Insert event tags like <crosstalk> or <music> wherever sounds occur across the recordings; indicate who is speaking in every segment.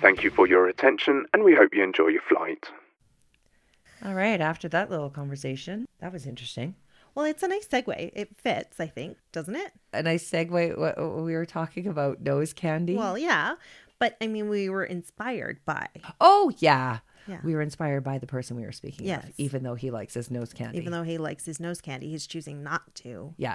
Speaker 1: Thank you for your attention, and we hope you enjoy your flight.
Speaker 2: All right. After that little conversation, that was interesting.
Speaker 3: Well, it's a nice segue. It fits, I think, doesn't it?
Speaker 2: A nice segue. What what we were talking about nose candy.
Speaker 3: Well, yeah. But I mean, we were inspired by,
Speaker 2: oh yeah.
Speaker 3: Yeah.
Speaker 2: We were inspired by the person we were speaking
Speaker 3: Yes.
Speaker 2: with, even though he likes his nose candy.
Speaker 3: even though he likes his nose candy, he's choosing not to
Speaker 2: yeah,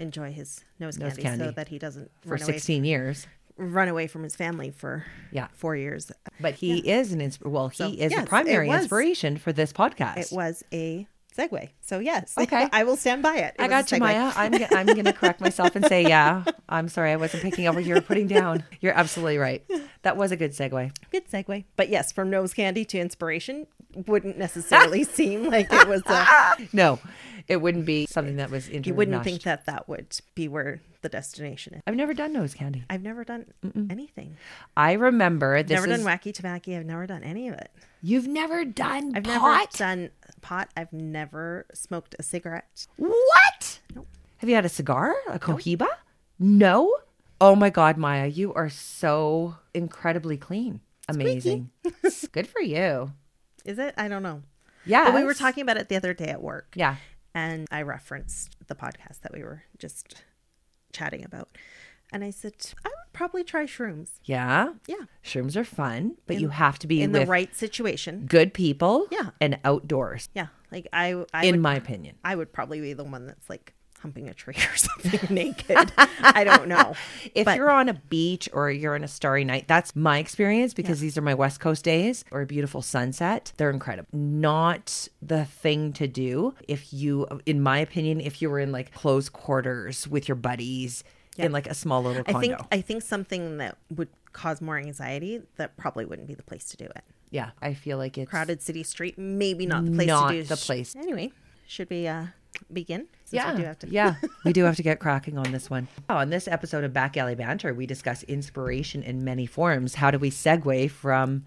Speaker 3: enjoy his nose,
Speaker 2: Nose
Speaker 3: candy, so
Speaker 2: candy.
Speaker 3: that he doesn't
Speaker 2: for
Speaker 3: run away,
Speaker 2: sixteen years.
Speaker 3: run away from his family for
Speaker 2: Yeah.
Speaker 3: four years.
Speaker 2: But he is an insp- well, he
Speaker 3: So,
Speaker 2: is
Speaker 3: yes,
Speaker 2: the
Speaker 3: it
Speaker 2: primary
Speaker 3: was.
Speaker 2: inspiration for this podcast.
Speaker 3: It was a segue. So, yes,
Speaker 2: Okay.
Speaker 3: <laughs> I will stand by it. It
Speaker 2: I
Speaker 3: was a
Speaker 2: got you,
Speaker 3: segue.
Speaker 2: Maya. I'm g- I'm going to correct myself and say, yeah, I'm sorry, I wasn't picking up what you were putting down. You're absolutely right. That was a good segue.
Speaker 3: Good segue. But yes, from nose candy to inspiration wouldn't
Speaker 2: <laughs>
Speaker 3: necessarily seem like it was a.
Speaker 2: No, it wouldn't be something that was
Speaker 3: You wouldn't think
Speaker 2: intermeshed.
Speaker 3: that that would be where the destination is.
Speaker 2: I've never done nose candy.
Speaker 3: I've never done anything.
Speaker 2: I remember this
Speaker 3: never
Speaker 2: is
Speaker 3: done wacky tobacco. I've never done any of it.
Speaker 2: you've never done
Speaker 3: I've never
Speaker 2: pot.
Speaker 3: done pot. I've never smoked a cigarette.
Speaker 2: What? Have you had a cigar? A cohiba? No. Oh my God, Maya, you are so incredibly clean.
Speaker 3: <laughs>
Speaker 2: Amazing. Good for you.
Speaker 3: Is it? I don't know.
Speaker 2: Yeah.
Speaker 3: But we were talking about it the other day at work.
Speaker 2: Yeah.
Speaker 3: And I referenced the podcast that we were just chatting about. And I said, I would probably try shrooms.
Speaker 2: Yeah.
Speaker 3: Yeah.
Speaker 2: Shrooms are fun, but you have to be
Speaker 3: In the
Speaker 2: with
Speaker 3: right situation.
Speaker 2: good people
Speaker 3: Yeah.
Speaker 2: and outdoors,
Speaker 3: Yeah. Like I I
Speaker 2: in
Speaker 3: would,
Speaker 2: my opinion.
Speaker 3: I would probably be the one that's like humping a tree <laughs> or something naked. I don't know.
Speaker 2: <laughs> If
Speaker 3: But-
Speaker 2: you're on a beach or you're on a starry night, that's my experience because these are my West Coast days or a beautiful sunset. They're incredible. Not the thing to do if you, in my opinion, if you were in like close quarters with your buddies in like a small little condo.
Speaker 3: I think I think something that would cause more anxiety that probably wouldn't be the place to do it.
Speaker 2: yeah, I feel like it's
Speaker 3: crowded city street. Maybe not the place
Speaker 2: Not
Speaker 3: to do
Speaker 2: the
Speaker 3: sh-
Speaker 2: place.
Speaker 3: Anyway, should we uh, begin? Since
Speaker 2: yeah,
Speaker 3: we do have to. <laughs>
Speaker 2: yeah, we do have to get cracking on this one. Oh, On this episode of Back Alley Banter, we discuss inspiration in many forms. How do we segue from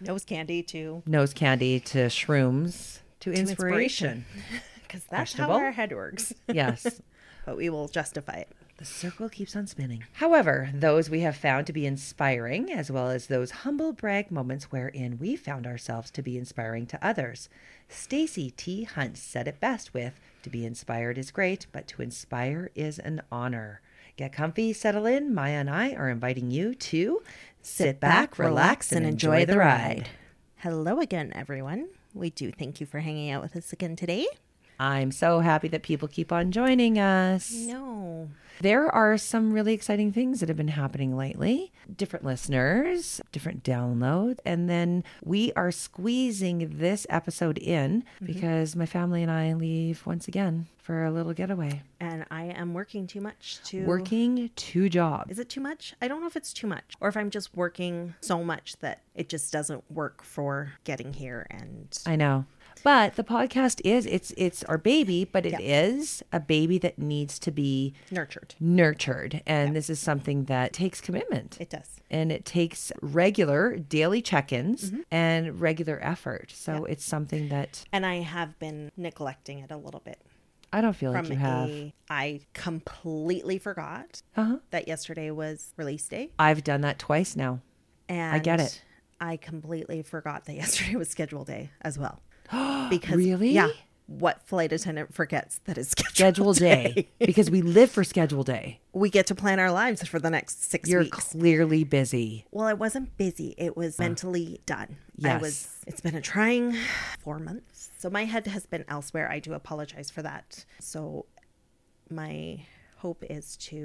Speaker 3: Nose candy too,
Speaker 2: nose candy to shrooms to, inspiration.
Speaker 3: inspiration. <laughs> because that's how
Speaker 2: Questionable.
Speaker 3: our head works.
Speaker 2: yes.
Speaker 3: but we will justify it.
Speaker 2: The circle keeps on spinning. However, those we have found to be inspiring, as well as those humble brag moments wherein we found ourselves to be inspiring to others. Stacy T. Hunt said it best with To be inspired is great, but to inspire is an honor. Get comfy, settle in. Maya and I are inviting you to sit back, relax, and enjoy the ride.
Speaker 3: Hello again, everyone. We do thank you for hanging out with us again today.
Speaker 2: I'm so happy that people keep on joining us.
Speaker 3: No,
Speaker 2: There are some really exciting things that have been happening lately. Different listeners, different downloads. And then we are squeezing this episode in because my family and I leave once again for a little getaway.
Speaker 3: and I am working too much to
Speaker 2: Working two jobs.
Speaker 3: Is it too much? I don't know if it's too much or if I'm just working so much that it just doesn't work for getting here and
Speaker 2: I know. But the podcast is it's it's our baby, but it is a baby that needs to be
Speaker 3: nurtured.
Speaker 2: nurtured. And this is something that takes commitment.
Speaker 3: It does.
Speaker 2: and it takes regular daily check-ins and regular effort. So it's something that
Speaker 3: and I have been neglecting it a little bit.
Speaker 2: I don't feel like
Speaker 3: From
Speaker 2: you have.
Speaker 3: a, I completely forgot
Speaker 2: Uh-huh.
Speaker 3: that yesterday was release day,
Speaker 2: I've done that twice now.
Speaker 3: and
Speaker 2: get it.
Speaker 3: I completely forgot that <laughs> yesterday was schedule day
Speaker 2: <gasps>
Speaker 3: as well. because
Speaker 2: Really?
Speaker 3: yeah, what flight attendant forgets that it's schedule,
Speaker 2: <laughs> Schedule day because we live for schedule day.
Speaker 3: <laughs> We get to plan our lives for the next 6
Speaker 2: You're
Speaker 3: weeks.
Speaker 2: clearly busy.
Speaker 3: Well, I wasn't busy. It was mentally done. I
Speaker 2: Uh. Yes.
Speaker 3: was it's been a trying 4 months. So my head has been elsewhere. I do apologize for that. So my hope is to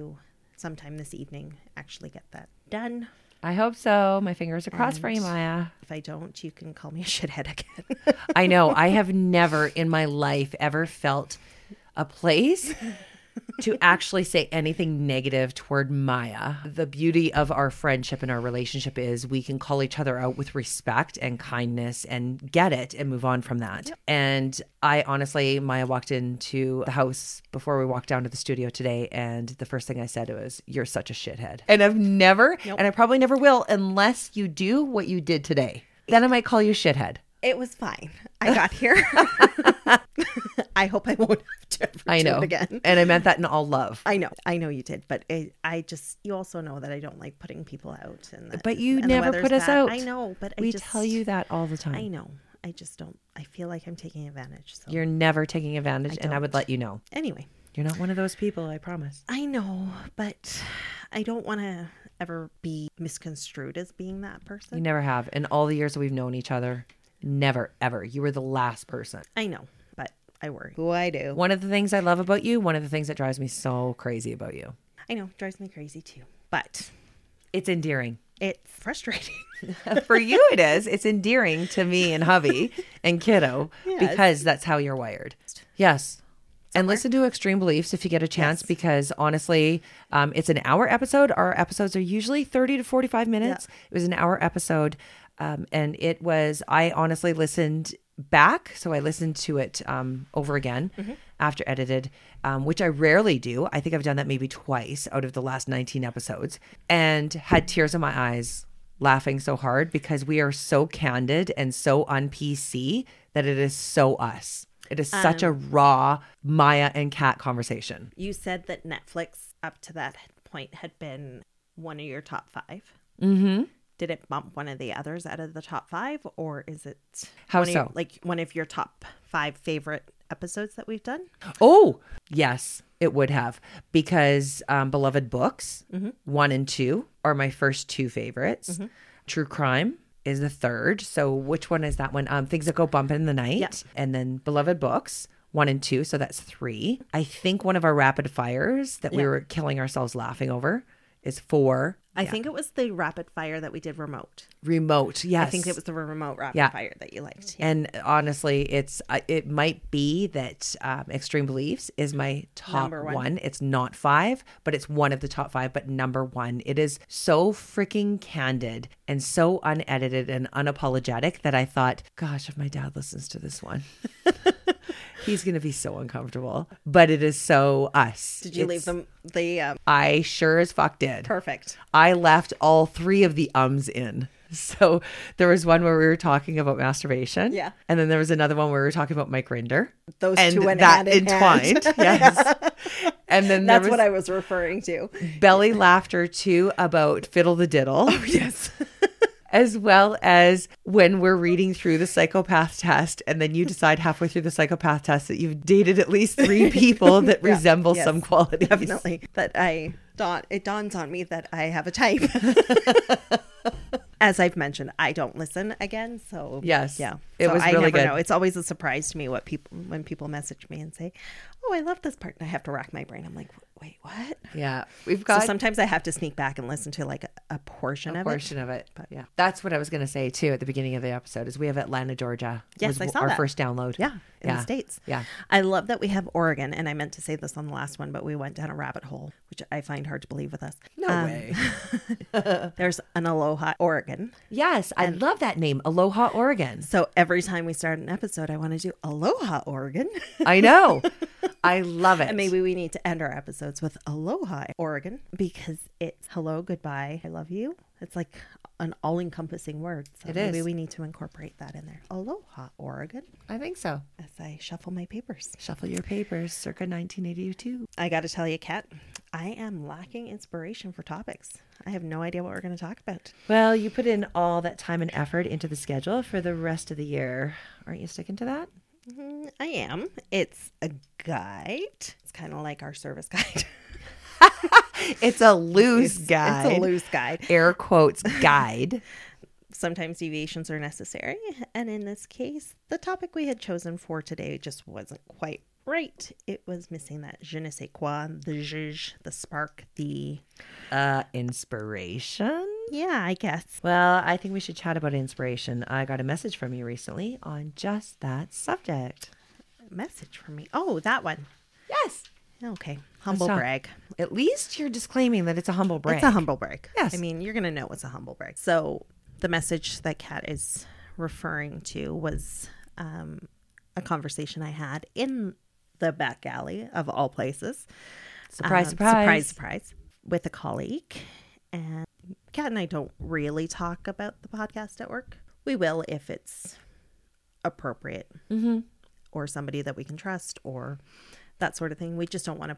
Speaker 3: sometime this evening actually get that done.
Speaker 2: I hope so. My fingers are crossed for you, Maya.
Speaker 3: If I don't, you can call me a <laughs> shithead again. <laughs>
Speaker 2: I know. I have never in my life ever felt a place to actually say anything negative toward Maya. The beauty of our friendship and our relationship is we can call each other out with respect and kindness and get it and move on from that. And I honestly, Maya walked into the house before we walked down to the studio today, and the first thing I said was, You're such a shithead. And I've never, and I probably never will, unless you do what you did today. Then I might call you shithead.
Speaker 3: It was fine. I got here. <laughs> I hope I won't have to ever
Speaker 2: I
Speaker 3: do
Speaker 2: know.
Speaker 3: it again.
Speaker 2: And I meant that in all
Speaker 3: <laughs>
Speaker 2: love.
Speaker 3: I know, I know you did, but it, I just, you also know that I don't like putting people out. And that,
Speaker 2: But you
Speaker 3: and the
Speaker 2: never
Speaker 3: weather's
Speaker 2: put us
Speaker 3: bad.
Speaker 2: out.
Speaker 3: I know, but I
Speaker 2: we
Speaker 3: just,
Speaker 2: tell you that all the time.
Speaker 3: I know. I just don't. I feel like I'm taking advantage. So
Speaker 2: You're never taking advantage, and I would
Speaker 3: don't.
Speaker 2: let you know.
Speaker 3: anyway,
Speaker 2: You're not one of those people, I promise.
Speaker 3: I know, but I don't want to ever be misconstrued as being that person.
Speaker 2: You never have. In all the years that we've known each other, never, ever. You were the last person.
Speaker 3: I know, but I worry. Who I do.
Speaker 2: One of the things I love about you, one of the things that drives me so crazy about you,
Speaker 3: I know, drives me crazy too, but
Speaker 2: it's endearing.
Speaker 3: it's frustrating. <laughs>
Speaker 2: <laughs> For you, it is. It's endearing to me and hubby and kiddo
Speaker 3: Yes.
Speaker 2: because that's how you're wired. Yes. And listen to Extreme Beliefs if you get a chance, because honestly, um, it's an hour episode. Our episodes are usually 30 to 45 minutes. It was an hour episode. Um, and it was, I honestly listened back. So I listened to it um, over again after edited, um, which I rarely do. I think I've done that maybe twice out of the last 19 episodes and had tears in my eyes laughing so hard because we are so candid and so on PC that it is so us. It is such a raw Maya and Cat conversation.
Speaker 3: you said that Netflix up to that point had been one of your top five. Mm-hmm. Did it bump one of the others out of the top five, or is it
Speaker 2: How
Speaker 3: one of your-
Speaker 2: so?
Speaker 3: like one of your top five favorite episodes that we've done?
Speaker 2: Oh, yes, it would have because um, Beloved Books
Speaker 3: Mm-hmm.
Speaker 2: one and two are my first two favorites. True Crime is the third. So which one is that one? Um, Things that Go Bump in the Night, and then Beloved Books one and two. So that's three. I think one of our rapid fires that we
Speaker 3: Yeah.
Speaker 2: were killing ourselves laughing over is four.
Speaker 3: I think it was the rapid fire that we did remote.
Speaker 2: remote. Yes,
Speaker 3: I think it was the remote rapid
Speaker 2: Yeah.
Speaker 3: fire that you liked. Yeah.
Speaker 2: And honestly, it's I- it might be that um, Extreme Beliefs is my top
Speaker 3: Number
Speaker 2: one.
Speaker 3: one.
Speaker 2: It's not five, but it's one of the top five. But number one, it is so freaking candid and so unedited and unapologetic that I thought, gosh, if my dad listens to this one, <laughs> he's gonna be so uncomfortable. But it is so us.
Speaker 3: Did you leave
Speaker 2: It's-
Speaker 3: them the um,
Speaker 2: I sure as fuck did.
Speaker 3: perfect?
Speaker 2: I left all three of the ums in. So there was one where we were talking about masturbation.
Speaker 3: Yeah.
Speaker 2: And then there was another one where we were talking about Mike Rinder.
Speaker 3: Those
Speaker 2: and
Speaker 3: two went
Speaker 2: that
Speaker 3: hand in hand.
Speaker 2: entwined. Yes. and then there
Speaker 3: <laughs> That's
Speaker 2: was
Speaker 3: what I was referring to.
Speaker 2: belly laughter too about Fiddle the Diddle.
Speaker 3: Oh, Yes. <laughs>
Speaker 2: As well as when we're reading through the psychopath test, and then you decide halfway through the psychopath test that you've dated at least three people
Speaker 3: <laughs>
Speaker 2: that resemble
Speaker 3: yes,
Speaker 2: some <laughs> qualities.
Speaker 3: definitely that I dawn it dawns on me that I have
Speaker 2: <laughs>
Speaker 3: a type. As I've mentioned, I don't listen again, so
Speaker 2: Yes.
Speaker 3: yeah,
Speaker 2: It
Speaker 3: So
Speaker 2: was
Speaker 3: I
Speaker 2: really
Speaker 3: never
Speaker 2: good.
Speaker 3: know. It's always a surprise to me what people when people message me and say, "Oh, I love this part," and I have to rack my brain. I'm like, "Wait, what?"
Speaker 2: Yeah. We've
Speaker 3: So
Speaker 2: got
Speaker 3: sometimes I have to sneak back and listen to like a, a portion of
Speaker 2: portion of it. But yeah, that's what I was going to say too at the beginning of the episode is we have Atlanta, Georgia.
Speaker 3: Yes,
Speaker 2: was
Speaker 3: I saw
Speaker 2: our
Speaker 3: that.
Speaker 2: first download.
Speaker 3: it. Yeah, in
Speaker 2: yeah,
Speaker 3: the states.
Speaker 2: yeah.
Speaker 3: I love that we have Oregon, and I meant to say this on the last one, but we went down a rabbit hole, which I find hard to believe with us.
Speaker 2: No
Speaker 3: Um,
Speaker 2: way.
Speaker 3: There's an Aloha,
Speaker 2: <laughs>
Speaker 3: Oregon.
Speaker 2: Yes, I love that name, Aloha, Oregon.
Speaker 3: So every time we start an episode, I want to do Aloha Oregon. <laughs>
Speaker 2: I know. <laughs> I love it.
Speaker 3: and maybe we need to end our episodes with Aloha Oregon because it's hello, goodbye, I love you. It's like an all encompassing word. So
Speaker 2: It
Speaker 3: maybe
Speaker 2: is.
Speaker 3: we need to incorporate that in there. Aloha Oregon
Speaker 2: I think so.
Speaker 3: as I shuffle my papers.
Speaker 2: Shuffle your papers, circa 1982.
Speaker 3: I got to tell you, Kat, I am lacking inspiration for topics. I have no idea what we're going to talk about.
Speaker 2: Well, you put in all that time and effort into the schedule for the rest of the year. Aren't you sticking to that?
Speaker 3: Mm, I am. It's a guide, it's kind of like our service <laughs> guide.
Speaker 2: It's a loose guide.
Speaker 3: it's a loose guide.
Speaker 2: air quotes guide. <laughs>
Speaker 3: sometimes deviations are necessary. And in this case, the topic we had chosen for today just wasn't quite right. It was missing that je ne sais quoi, the zhuzh, the spark, the.
Speaker 2: uh, inspiration.
Speaker 3: Yeah, I guess.
Speaker 2: Well, I think we should chat about inspiration. I got a message from you recently on just that subject.
Speaker 3: Message from me. Oh, that one.
Speaker 2: Yes.
Speaker 3: Okay. Humble
Speaker 2: Let's talk.
Speaker 3: brag.
Speaker 2: At least you're disclaiming that it's a humble brag.
Speaker 3: It's a humble brag.
Speaker 2: Yes.
Speaker 3: I mean, you're going to know it's a humble brag. So the message that Kat is referring to was um, a conversation I had in the back alley of all places.
Speaker 2: surprise,
Speaker 3: Um,
Speaker 2: surprise.
Speaker 3: surprise, surprise, with a colleague. And Kat and I don't really talk about the podcast at work. We will if it's appropriate
Speaker 2: Mm-hmm.
Speaker 3: or somebody that we can trust or that sort of thing. We just don't want to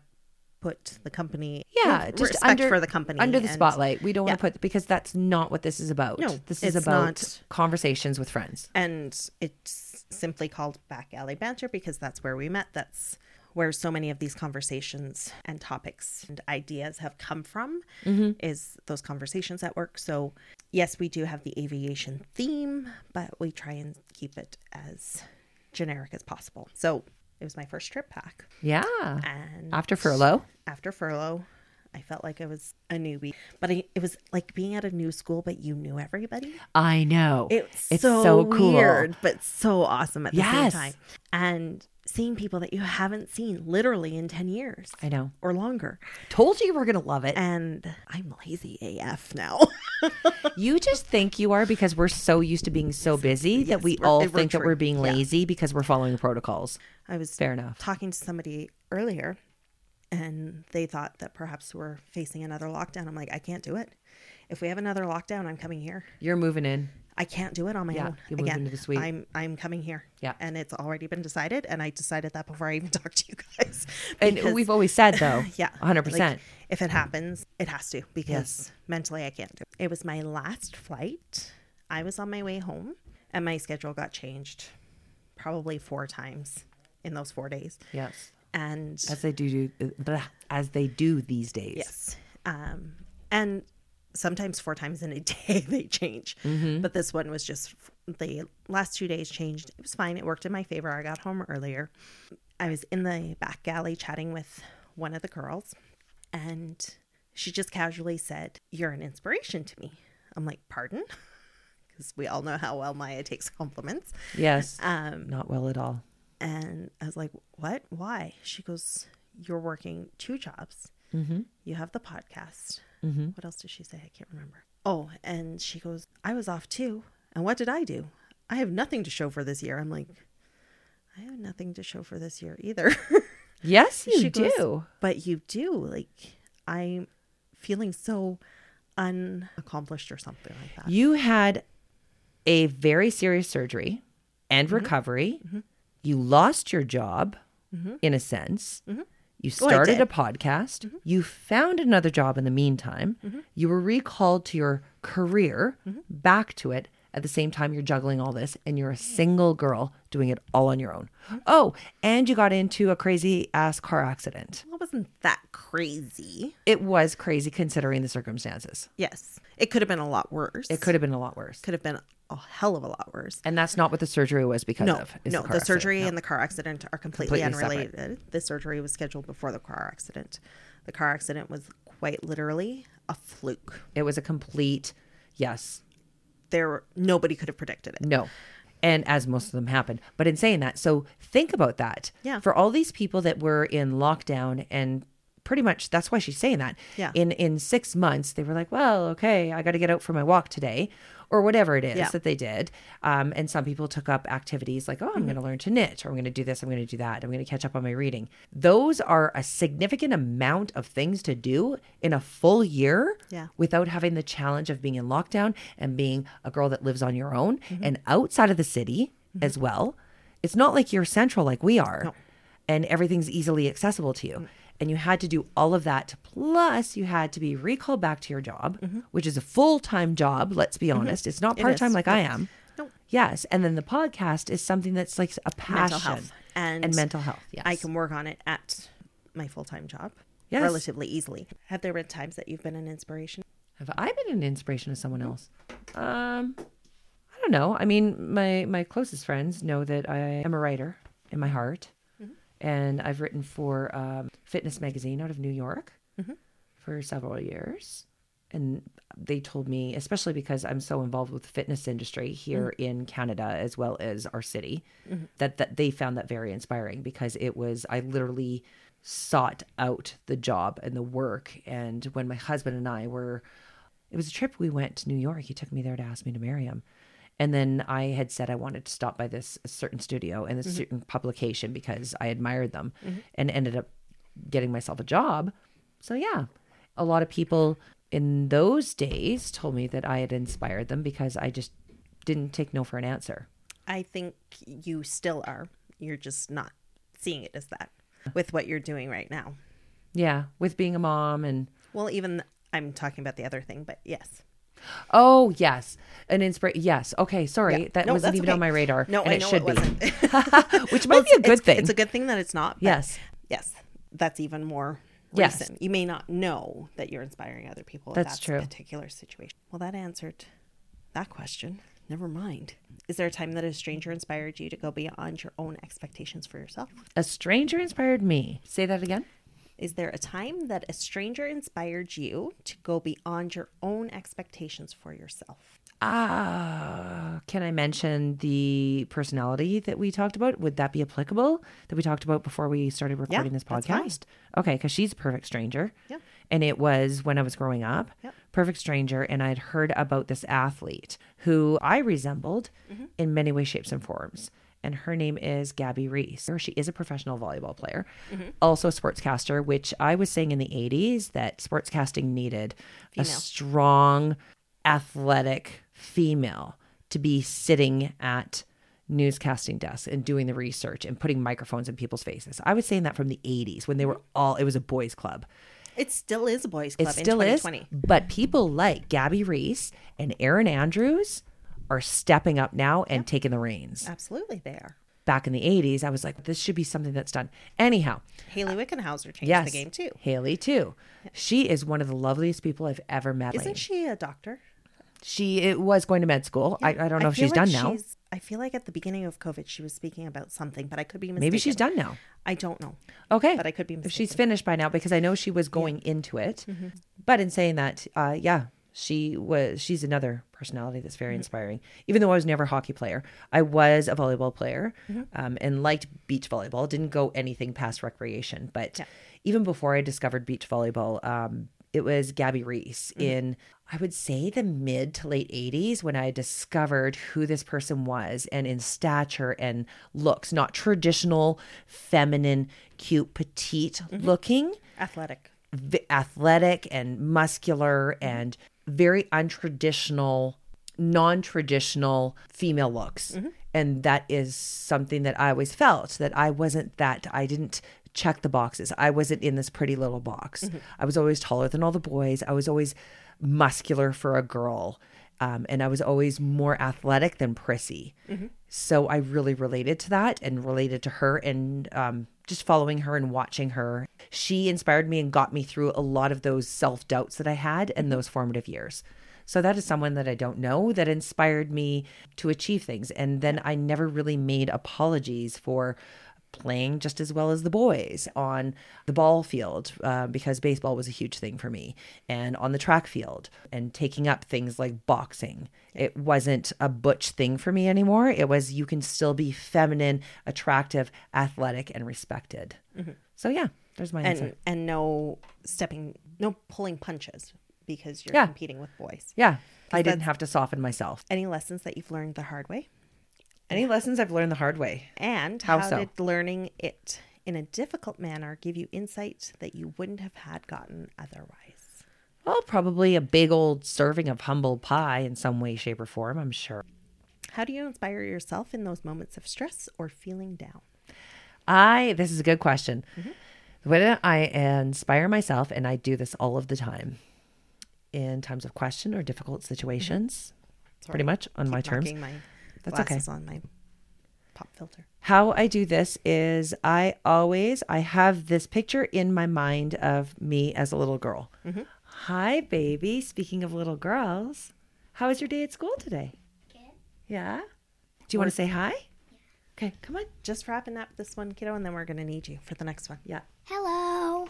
Speaker 3: put the company
Speaker 2: Yeah,
Speaker 3: with
Speaker 2: just
Speaker 3: respect
Speaker 2: under
Speaker 3: for the company
Speaker 2: under the
Speaker 3: and-
Speaker 2: spotlight. We don't want
Speaker 3: yeah.
Speaker 2: to put because that's not what this is about.
Speaker 3: No,
Speaker 2: this is
Speaker 3: it's
Speaker 2: about
Speaker 3: not.
Speaker 2: conversations with friends.
Speaker 3: and it's simply called back alley banter because that's where we met that's where so many of these conversations and topics and ideas have come from
Speaker 2: Mm-hmm.
Speaker 3: is those conversations at work so yes we do have the aviation theme but we try and keep it as generic as possible so it was my first trip back
Speaker 2: Yeah.
Speaker 3: and
Speaker 2: After furlough.
Speaker 3: after furlough I felt like I was a newbie, but I, it was like being at a new school, but you knew everybody.
Speaker 2: I know.
Speaker 3: It's,
Speaker 2: It's
Speaker 3: so,
Speaker 2: so cool.
Speaker 3: weird, but so awesome at the
Speaker 2: Yes.
Speaker 3: same time. And seeing people that you haven't seen literally in 10 years
Speaker 2: I know.
Speaker 3: or longer.
Speaker 2: Told you you were gonna love it.
Speaker 3: And I'm lazy AF now. <laughs>
Speaker 2: You just think you are because we're so used to being so busy that we
Speaker 3: we're-
Speaker 2: all
Speaker 3: we're
Speaker 2: think that
Speaker 3: true.
Speaker 2: we're being
Speaker 3: Yeah.
Speaker 2: lazy because we're following protocols.
Speaker 3: I was
Speaker 2: Fair enough.
Speaker 3: talking to somebody earlier and they thought that perhaps we're facing another lockdown. I'm like, I can't do it. If we have another lockdown, I'm coming here.
Speaker 2: You're moving in.
Speaker 3: I can't do it on my
Speaker 2: Yeah,
Speaker 3: own.
Speaker 2: you're moving
Speaker 3: Again,
Speaker 2: to the suite.
Speaker 3: I'm I'm coming here.
Speaker 2: Yeah.
Speaker 3: And it's already been decided and I decided that before I even <laughs> talked to you guys.
Speaker 2: <laughs> And
Speaker 3: because-
Speaker 2: we've always said <laughs> though,
Speaker 3: Yeah.
Speaker 2: 100%.
Speaker 3: Like, if it happens, it has to because mentally I can't do it. It was my last flight. I was on my way home and my schedule got changed probably four times in those four days.
Speaker 2: yes.
Speaker 3: And
Speaker 2: As they do, do blah, as they do these days.
Speaker 3: yes. Um, and sometimes four times in a <laughs> day they change. But this one was just the last two days changed. It was fine. It worked in my favor. I got home earlier. I was in the back alley chatting with one of the girls, and she just casually said, You're an inspiration to me. I'm like, Pardon? <laughs> Because we all know how well Maya takes compliments.
Speaker 2: Yes.
Speaker 3: Um,
Speaker 2: Not well at all.
Speaker 3: and I was like, what? Why? She goes, you're working two jobs.
Speaker 2: Mm-hmm.
Speaker 3: You have the podcast. What else did she say? I can't remember. Oh, and she goes, I was off too. And what did I do? I have nothing to show for this year. I'm like, I have nothing to show for this year either. <laughs>
Speaker 2: Yes, you
Speaker 3: She
Speaker 2: do.
Speaker 3: goes, but you do. Like, I'm feeling so unaccomplished or something like that.
Speaker 2: You had a very serious surgery and
Speaker 3: Mm-hmm.
Speaker 2: recovery. You lost your job, in a sense. You
Speaker 3: Well, Mm-hmm. Oh, I
Speaker 2: started
Speaker 3: did. Mm-hmm.
Speaker 2: a podcast. You found another job in the meantime. You were recalled to your career,
Speaker 3: Mm-hmm.
Speaker 2: back to it. At the same time, you're juggling all this, and you're a single girl doing it all on your own.
Speaker 3: Mm-hmm.
Speaker 2: Oh, and you got into a crazy ass car accident.
Speaker 3: Well, it wasn't that crazy.
Speaker 2: It was crazy considering the circumstances.
Speaker 3: Yes. It could have been a lot worse.
Speaker 2: It could have been a lot worse.
Speaker 3: could have been a hell of a lot worse.
Speaker 2: And that's not what the surgery was because
Speaker 3: No,
Speaker 2: of. is
Speaker 3: no,
Speaker 2: car
Speaker 3: the,
Speaker 2: accident.
Speaker 3: surgery and the car accident are completely,
Speaker 2: Completely separate.
Speaker 3: unrelated. The surgery was scheduled before the car accident. The car accident was quite literally a fluke.
Speaker 2: It was a complete yes,
Speaker 3: There, were- nobody could have predicted it.
Speaker 2: no. And as most of them happen. But in saying that, so think about that.
Speaker 3: Yeah.
Speaker 2: For all these people that were in lockdown and pretty much that's why she's saying that.
Speaker 3: Yeah.
Speaker 2: In in six months, they were like, Well, okay, I gotta get out for my walk today or whatever it is
Speaker 3: Yeah.
Speaker 2: that they did. Um, and some people took up activities like, Oh,
Speaker 3: Mm-hmm.
Speaker 2: I'm gonna learn to knit or I'm gonna do this, I'm gonna do that, I'm gonna catch up on my reading. Those are a significant amount of things to do in a full year
Speaker 3: Yeah.
Speaker 2: without having the challenge of being in lockdown and being a girl that lives on your own
Speaker 3: Mm-hmm.
Speaker 2: and outside of the city as well. It's not like you're central like we are and everything's easily accessible to you.
Speaker 3: Mm.
Speaker 2: And you had to do all of that. Plus, you had to be recalled back to your job, which is a full time job. Let's be honest. It's not
Speaker 3: Mm-hmm. is.
Speaker 2: part time like I am.
Speaker 3: Nope.
Speaker 2: Yes. And then the podcast is something that's like a passion
Speaker 3: Mental health and,
Speaker 2: mental health. Yes.
Speaker 3: I can work on it at my full time job
Speaker 2: Yes.
Speaker 3: relatively easily. Have there been times that you've been an inspiration?
Speaker 2: Have I been an inspiration to someone else? Um, I don't know. I mean, my my closest friends know that I am a writer in my heart, and I've written for um, Fitness Magazine out of New York for several years. And they told me, especially because I'm so involved with the fitness industry here in Canada as well as our city, that, that they found that very inspiring because it was, I literally sought out the job and the work. And when my husband and I were, it was a trip we went to New York, he took me there to ask me to marry him. And then I had said I wanted to stop by this certain studio and this
Speaker 3: Mm-hmm.
Speaker 2: certain publication because I admired them and ended up getting myself a job. So, yeah, a lot of people in those days told me that I had inspired them because I just didn't take no for an answer.
Speaker 3: I think you still are. You're just not seeing it as that with what you're doing right now.
Speaker 2: Yeah, with being a mom and
Speaker 3: Well, even I'm talking about the other thing, but yes.
Speaker 2: oh yes, an inspiration. Yes, okay, sorry,
Speaker 3: Yeah.
Speaker 2: that
Speaker 3: No,
Speaker 2: wasn't
Speaker 3: that's
Speaker 2: even
Speaker 3: okay.
Speaker 2: on my radar.
Speaker 3: No,
Speaker 2: and
Speaker 3: I
Speaker 2: it
Speaker 3: know
Speaker 2: should
Speaker 3: it
Speaker 2: be, <laughs>
Speaker 3: wasn't.
Speaker 2: which
Speaker 3: Well,
Speaker 2: might be a good
Speaker 3: it's-
Speaker 2: thing.
Speaker 3: It's a good thing that it's not. but
Speaker 2: Yes.
Speaker 3: Yes. That's even more
Speaker 2: Yes.
Speaker 3: recent. You may not know that you're inspiring other people. in
Speaker 2: That's
Speaker 3: that
Speaker 2: true.
Speaker 3: Particular situation. Well, that answered that question. Never mind. Is there a time that a stranger inspired you to go beyond your own expectations for yourself?
Speaker 2: a stranger inspired me. Say that again.
Speaker 3: Is there a time that a stranger inspired you to go beyond your own expectations for yourself?
Speaker 2: Ah, can I mention the personality that we talked about? Would that be applicable that we talked about before we started recording this
Speaker 3: that's fine.
Speaker 2: podcast? Okay, because she's a perfect stranger.
Speaker 3: Yeah.
Speaker 2: And it was when I was growing up,
Speaker 3: Yeah.
Speaker 2: perfect stranger. And I'd heard about this athlete who I resembled
Speaker 3: Mm-hmm.
Speaker 2: in many ways, shapes, and forms. And her name is Gabby Reese. She is a professional volleyball player,
Speaker 3: Mm-hmm.
Speaker 2: also a sportscaster, which I was saying in the 80s that sportscasting needed a
Speaker 3: Female.
Speaker 2: strong, athletic female to be sitting at newscasting desks and doing the research and putting microphones in people's faces. I was saying that from the 80s when they were all, it was a boys' club.
Speaker 3: It still is a boys'
Speaker 2: It
Speaker 3: Mm-hmm. club
Speaker 2: still
Speaker 3: in
Speaker 2: is.
Speaker 3: 2020.
Speaker 2: But people like Gabby Reese and Aaron Andrews are stepping up now and taking the reins.
Speaker 3: Absolutely, they are.
Speaker 2: Back in the 80s, I was like, this should be something that's done. Anyhow,
Speaker 3: Haley Wickenhauser changed
Speaker 2: Uh, yes.
Speaker 3: the game too.
Speaker 2: Haley, too. She is one of the loveliest people I've ever met. Lane.
Speaker 3: Isn't she a doctor?
Speaker 2: She it was going to med school. I, I don't know if
Speaker 3: feel
Speaker 2: she's
Speaker 3: like
Speaker 2: done now.
Speaker 3: she's- I feel like at the beginning of COVID, she was speaking about something, but I could be mistaken.
Speaker 2: Maybe she's done Oh. now.
Speaker 3: I don't know.
Speaker 2: Okay.
Speaker 3: But I could be
Speaker 2: If she's finished by now because I know she was going into it. But in saying that, uh, yeah, she was. She's another personality that's very inspiring. Even though I was never a hockey player, I was a volleyball player um, and liked beach volleyball. Didn't go anything past recreation. But even before I discovered beach volleyball, um, it was Gabby Reese in I would say the mid to late 80s when I discovered who this person was and in stature and looks, not traditional feminine, cute, petite looking,
Speaker 3: Athletic.
Speaker 2: v- athletic and muscular and very untraditional, non traditional female looks. And that is something that I always felt that I wasn't that, I didn't check the boxes. I wasn't in this pretty little box. I was always taller than all the boys, I was always muscular for a girl. Um, and I was always more athletic than prissy. So I really related to that and related to her and um, just following her and watching her. She inspired me and got me through a lot of those self doubts that I had in those formative years. So that is someone that I don't know that inspired me to achieve things. And then I never really made apologies for playing just as well as the boys on the ball field uh, because baseball was a huge thing for me and on the track field and taking up things like boxing it wasn't a butch thing for me anymore it was you can still be feminine attractive athletic and respected so yeah there's my answer
Speaker 3: And and no stepping, no pulling punches because you're
Speaker 2: Yeah.
Speaker 3: competing with boys.
Speaker 2: yeah i didn't have to soften myself
Speaker 3: Any lessons that you've learned the hard way?
Speaker 2: any lessons i've learned the hard way
Speaker 3: And
Speaker 2: How
Speaker 3: how,
Speaker 2: so?
Speaker 3: did learning it in a difficult manner give you insight that you wouldn't have had gotten otherwise?
Speaker 2: well probably a big old serving of humble pie in some way shape or form i'm sure
Speaker 3: How do you inspire yourself in those moments of stress or feeling down?
Speaker 2: I this is a good question.
Speaker 3: Mm-hmm.
Speaker 2: When I inspire myself, and I do this all of the time in times of question or difficult situations, pretty much on my terms.
Speaker 3: Mm-hmm. Knocking my
Speaker 2: That's okay.
Speaker 3: glasses on my pop filter.
Speaker 2: How I do this is I always I have this picture in my mind of me as a little girl.
Speaker 3: Mm-hmm.
Speaker 2: Hi, baby. Speaking of little girls, how was your day at school today? Good. Yeah. Do you want to say hi? Okay, come on.
Speaker 3: Just wrapping up this one, kiddo, and then we're going to need you for the next one.
Speaker 2: Yeah.
Speaker 4: Hello.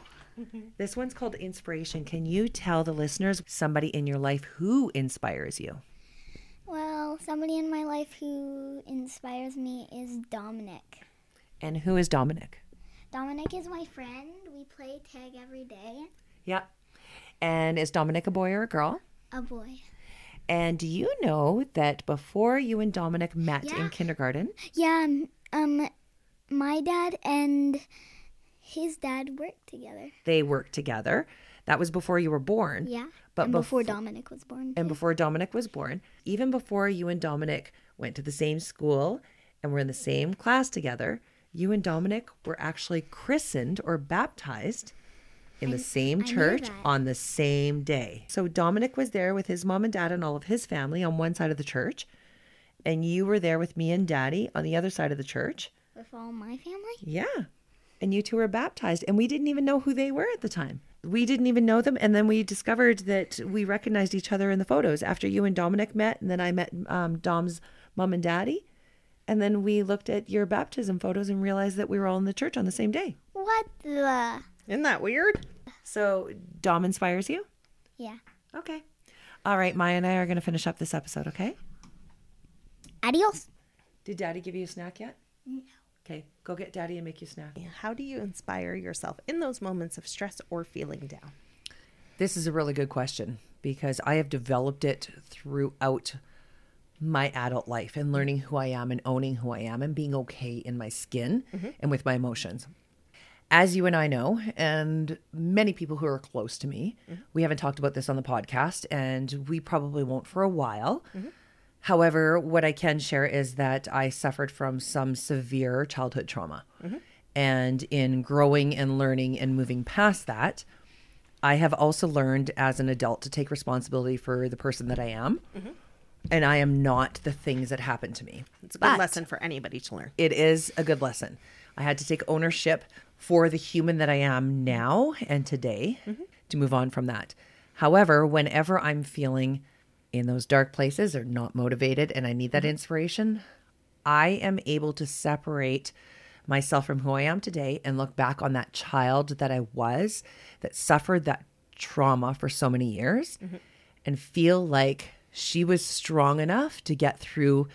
Speaker 2: This one's called Inspiration. Can you tell the listeners somebody in your life who inspires you?
Speaker 4: Well, somebody in my life who inspires me is Dominic.
Speaker 2: And who is Dominic?
Speaker 4: Dominic is my friend. We play tag every day.
Speaker 2: Yeah. And is Dominic a boy or a girl?
Speaker 4: A boy.
Speaker 2: And do you know that before you and Dominic met
Speaker 4: Yeah.
Speaker 2: in kindergarten,
Speaker 4: Yeah, um, um my dad and his dad worked together.
Speaker 2: they worked together? That was before you were born.
Speaker 4: Yeah.
Speaker 2: But
Speaker 4: and before
Speaker 2: befo-
Speaker 4: Dominic was born.
Speaker 2: And before Dominic was born, even before you and Dominic went to the same school, and were in the same class together, you and Dominic were actually christened or baptized in the same church
Speaker 4: that.
Speaker 2: on the same day. So Dominic was there with his mom and dad and all of his family on one side of the church, and you were there with me and daddy on the other side of the church.
Speaker 4: With all my family?
Speaker 2: Yeah. And you two were baptized, and we didn't even know who they were at the time. We didn't even know them. And then we discovered that we recognized each other in the photos after you and Dominic met. And then I met um, Dom's mom and daddy. And then we looked at your baptism photos and realized that we were all in the church on the same day.
Speaker 4: What the?
Speaker 3: Isn't that weird?
Speaker 2: So Dom inspires you?
Speaker 4: Yeah.
Speaker 2: Okay. All right. Maya and I are going to finish up this episode, okay?
Speaker 4: Adios.
Speaker 2: Did daddy give you a snack yet? No. Okay. Go get daddy and make you a snack.
Speaker 3: How do you inspire yourself in those moments of stress or feeling down?
Speaker 2: This is a really good question because I have developed it throughout my adult life and learning who I am and owning who I am and being okay in my skin and with my emotions. As you and I know, and many people who are close to me, we haven't talked about this on the podcast and we probably won't for a while. However, what I can share is that I suffered from some severe childhood trauma. And in growing and learning and moving past that, I have also learned as an adult to take responsibility for the person that I am. And I am not the things that happened to me.
Speaker 3: It's a good lesson for anybody to learn.
Speaker 2: It is a good lesson. I had to take ownership for the human that I am now and today to move on from that. However, whenever I'm feeling in those dark places or not motivated and I need that inspiration, I am able to separate myself from who I am today and look back on that child that I was that suffered that trauma for so many years and feel like she was strong enough to get through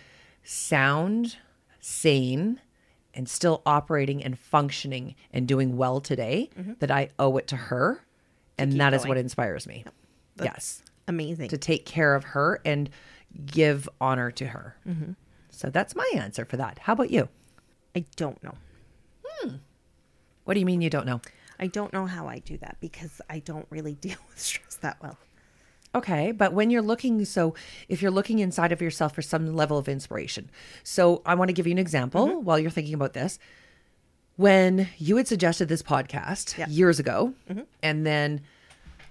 Speaker 2: sound, sane, and still operating and functioning and doing well today that I owe it Mm-hmm. to her. And that is what inspires me. Yes.
Speaker 3: Amazing.
Speaker 2: To take care of her and give honor to her. So that's my answer for that. How about you?
Speaker 3: I don't know.
Speaker 2: What do you mean you don't know?
Speaker 3: I don't know how I do that because I don't really <laughs> deal with stress that well.
Speaker 2: Okay, but when you're looking, so if you're looking inside of yourself for some level of inspiration, so I want to give you an example while you're thinking about this. When you had suggested this podcast
Speaker 3: Yeah.
Speaker 2: years ago, and then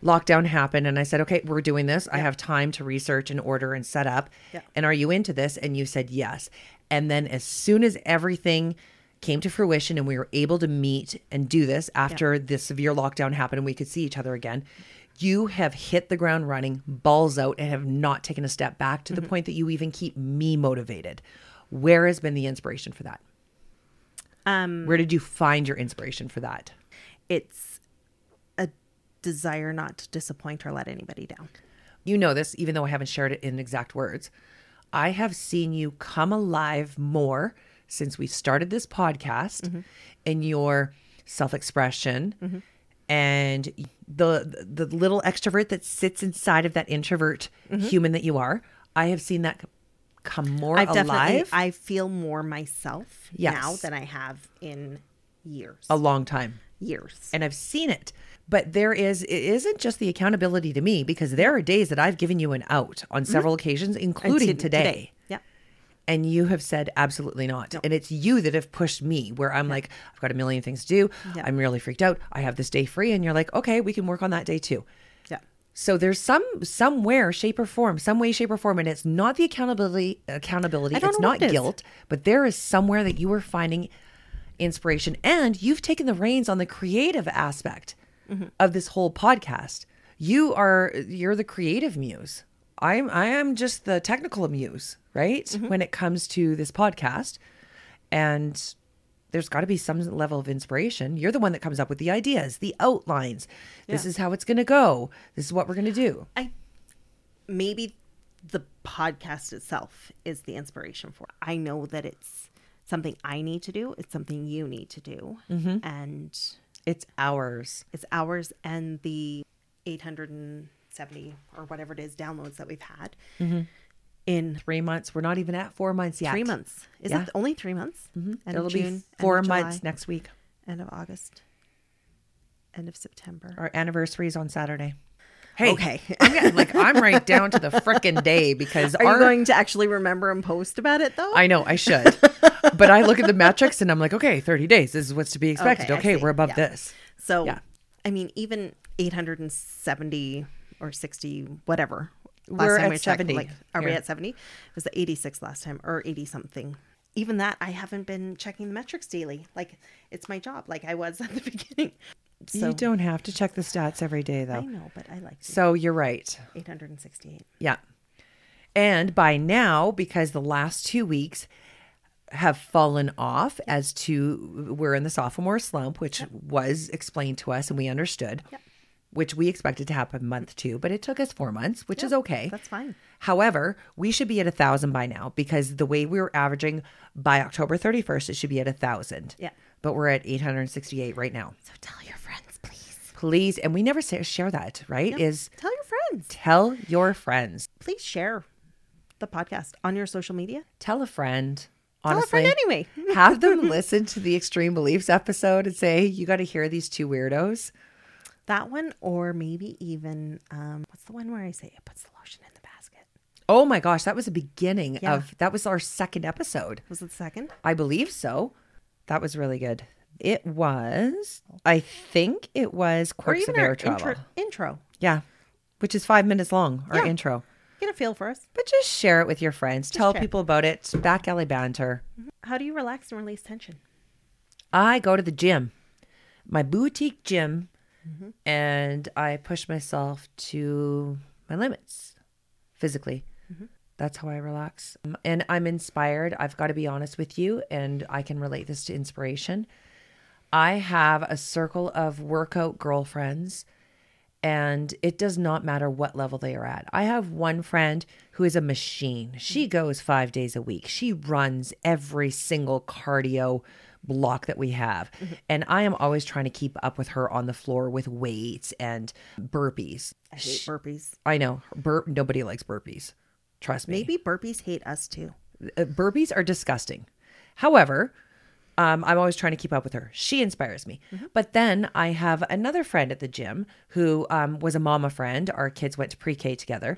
Speaker 2: lockdown happened, and I said, okay, we're doing this. I have time to research and order and set up.
Speaker 3: Yeah.
Speaker 2: And are you into this? And you said yes. And then as soon as everything came to fruition and we were able to meet and do this after the severe lockdown happened and we could see each other again, you have hit the ground running, balls out, and have not taken a step back to the
Speaker 3: Mm-hmm.
Speaker 2: point that you even keep me motivated. Where has been the inspiration for that?
Speaker 3: Um,
Speaker 2: Where did you find your inspiration for that?
Speaker 3: it's a desire not to disappoint or let anybody down.
Speaker 2: you know this, even though I haven't shared it in exact words. I have seen you come alive more since we started this podcast
Speaker 3: Mm-hmm.
Speaker 2: in your self expression and the the little extrovert that sits inside of that introvert human that you are. I have seen that come more
Speaker 3: Mm-hmm. I've definitely
Speaker 2: alive
Speaker 3: I feel more myself now
Speaker 2: Yes.
Speaker 3: than I have in years.
Speaker 2: a long time.
Speaker 3: years.
Speaker 2: and I've seen it. But there is it isn't just the accountability to me because there are days that I've given you an out on several occasions, including
Speaker 3: Mm-hmm. to-
Speaker 2: today.
Speaker 3: Yep.
Speaker 2: And you have said absolutely not. And it's you that have pushed me where I'm like, I've got a million things to do.
Speaker 3: Yeah.
Speaker 2: I'm really freaked out. I have this day free. And you're like, okay, we can work on that day too.
Speaker 3: Yep.
Speaker 2: So there's some somewhere, shape or form, some way, shape or form, and it's not the accountability accountability.
Speaker 3: I don't
Speaker 2: it's
Speaker 3: know
Speaker 2: not
Speaker 3: what it is.
Speaker 2: guilt, but there is somewhere that you are finding inspiration, and you've taken the reins on the creative aspect of this whole podcast. You are you're the creative muse. I'm I am just the technical muse, right? When it comes to this podcast, and there's got to be some level of inspiration. You're the one that comes up with the ideas, the outlines. This is how it's going to go. This is what we're going to do.
Speaker 3: I maybe the podcast itself is the inspiration for. it. I know that it's something I need to do. It's something you need to do,
Speaker 2: Mm-hmm.
Speaker 3: and
Speaker 2: It's ours.
Speaker 3: it's ours and the 870 or whatever it is downloads that we've had
Speaker 2: Mm-hmm.
Speaker 3: in
Speaker 2: Three months. We're not even at four months yet.
Speaker 3: three months. Is
Speaker 2: Yeah.
Speaker 3: it only three months? Mm-hmm. End
Speaker 2: It'll
Speaker 3: of June,
Speaker 2: be four
Speaker 3: end of
Speaker 2: months
Speaker 3: July,
Speaker 2: next week.
Speaker 3: End of August. End of September.
Speaker 2: Our anniversary is on Saturday. Hey,
Speaker 3: Okay.
Speaker 2: I'm getting, like I'm right down to the frickin' day because
Speaker 3: Are
Speaker 2: our,
Speaker 3: you going to actually remember and post about it though?
Speaker 2: I know I should, but I look at the metrics and I'm like, okay, 30 days. This is what's to be expected.
Speaker 3: Okay, I
Speaker 2: Okay,
Speaker 3: see.
Speaker 2: we're above
Speaker 3: Yeah.
Speaker 2: this.
Speaker 3: So,
Speaker 2: Yeah.
Speaker 3: I mean, even 870 or 60, whatever.
Speaker 2: We're at
Speaker 3: checked,
Speaker 2: 70
Speaker 3: Like, are we
Speaker 2: here.
Speaker 3: at 70? It was the 86 last time or 80 something. Even that, I haven't been checking the metrics daily. Like, it's my job, like I was <laughs> at the beginning. So,
Speaker 2: You don't have to check the stats every day
Speaker 3: I
Speaker 2: though.
Speaker 3: know, but I like to.
Speaker 2: So you're right.
Speaker 3: 868.
Speaker 2: Yeah. And by now, because the last two weeks have fallen off as to we're in the sophomore slump, which was explained to us and we understood, which we expected to happen month two, but it took us four months, which is okay.
Speaker 3: That's fine.
Speaker 2: However, we should be at a thousand by now because the way we were averaging by October 31st, it should be at a thousand.
Speaker 3: Yeah.
Speaker 2: But we're at 868 right now.
Speaker 3: So, tell your friends, please.
Speaker 2: Please, and we never say, share that, right? Is
Speaker 3: Tell your friends.
Speaker 2: tell your friends,
Speaker 3: Please share the podcast on your social media.
Speaker 2: tell a friend.
Speaker 3: Tell a
Speaker 2: Honestly,
Speaker 3: friend anyway.
Speaker 2: have
Speaker 3: <laughs>
Speaker 2: them listen to the Extreme Beliefs episode and say, you got to hear these two weirdos.
Speaker 3: That one, or maybe even, um, what's the one where I say it puts the lotion in the basket?
Speaker 2: Oh my gosh, that was the beginning
Speaker 3: Yeah.
Speaker 2: of, that was our second episode.
Speaker 3: Was it the second?
Speaker 2: I believe so. That was really good. It was, I think it was Quirks of Air Travel.
Speaker 3: intro, intro.
Speaker 2: yeah, which is five minutes long, our
Speaker 3: Yeah.
Speaker 2: intro.
Speaker 3: Get a feel for us.
Speaker 2: But just share it with your friends. Tell
Speaker 3: share.
Speaker 2: people about it. It's Back alley banter.
Speaker 3: How do you relax and release tension?
Speaker 2: I go to the gym, my boutique gym, and I push myself to my limits physically. That's how I relax. Um, And I'm inspired. I've got to be honest with you, and I can relate this to inspiration. I have a circle of workout girlfriends, and it does not matter what level they are at. I have one friend who is a machine. She goes five days a week, she runs every single cardio block that we have. And I am always trying to keep up with her on the floor with weights and burpees.
Speaker 3: I hate burpees.
Speaker 2: I know. Bur- nobody likes burpees. Trust me.
Speaker 3: Maybe burpees hate us too.
Speaker 2: Uh, burpees are disgusting. However, um, I'm always trying to keep up with her. She inspires me. But then I have another friend at the gym who um, was a mama friend. Our kids went to pre K together,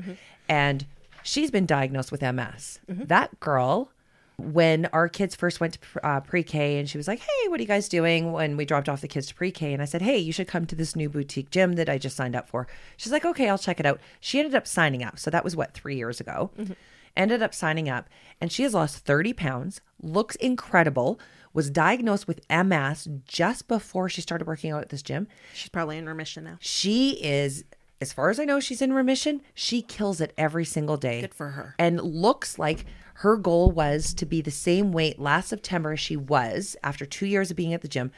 Speaker 2: and she's been diagnosed with MS. That girl when our kids first went to uh, pre-K and she was like, "Hey, what are you guys doing?" When we dropped off the kids to pre-K, and I said, "Hey, you should come to this new boutique gym that I just signed up for." She's like, "Okay, I'll check it out." She ended up signing up, so that was what three years ago. Ended up signing up, and she has lost thirty pounds. Looks incredible. Was diagnosed with MS just before she started working out at this gym.
Speaker 3: She's probably in remission now.
Speaker 2: She is, as far as I know, she's in remission. She kills it every single day. Good
Speaker 3: for her.
Speaker 2: And looks like her goal was to be the same weight last September as she was after two years of being at the gym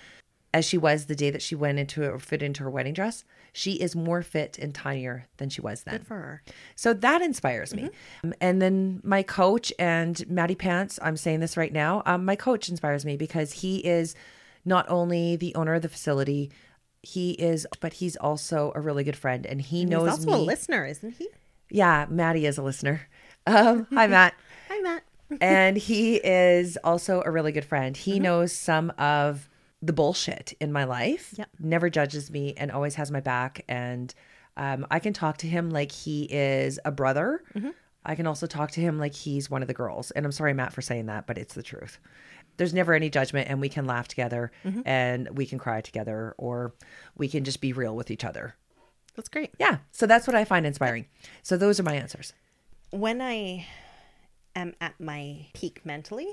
Speaker 2: as she was the day that she went into or fit into her wedding dress. She is more fit and tinier than she was then.
Speaker 3: Good for her.
Speaker 2: So that inspires me.
Speaker 3: Mm-hmm.
Speaker 2: Um, and then my coach and Maddie Pants, I'm saying this right now, um, my coach inspires me because he is not only the owner of the facility, he is, but he's also a really good friend and he knows
Speaker 3: He's also
Speaker 2: me.
Speaker 3: a listener, isn't he?
Speaker 2: yeah, Maddie is a listener. <laughs> Um, hi,
Speaker 3: <laughs>
Speaker 2: Matt.
Speaker 3: Hi, Matt.
Speaker 2: and he is also a really good friend. He knows some of the bullshit in my life.
Speaker 3: Yep.
Speaker 2: Never judges me and always has my back. And um, I can talk to him like he is a brother. I can also talk to him like he's one of the girls. And I'm sorry, Matt, for saying that, but it's the truth. There's never any judgment, and we can laugh together and we can cry together, or we can just be real with each other.
Speaker 3: That's great.
Speaker 2: Yeah. So that's what I find inspiring. So those are my answers.
Speaker 3: When I am at my peak mentally,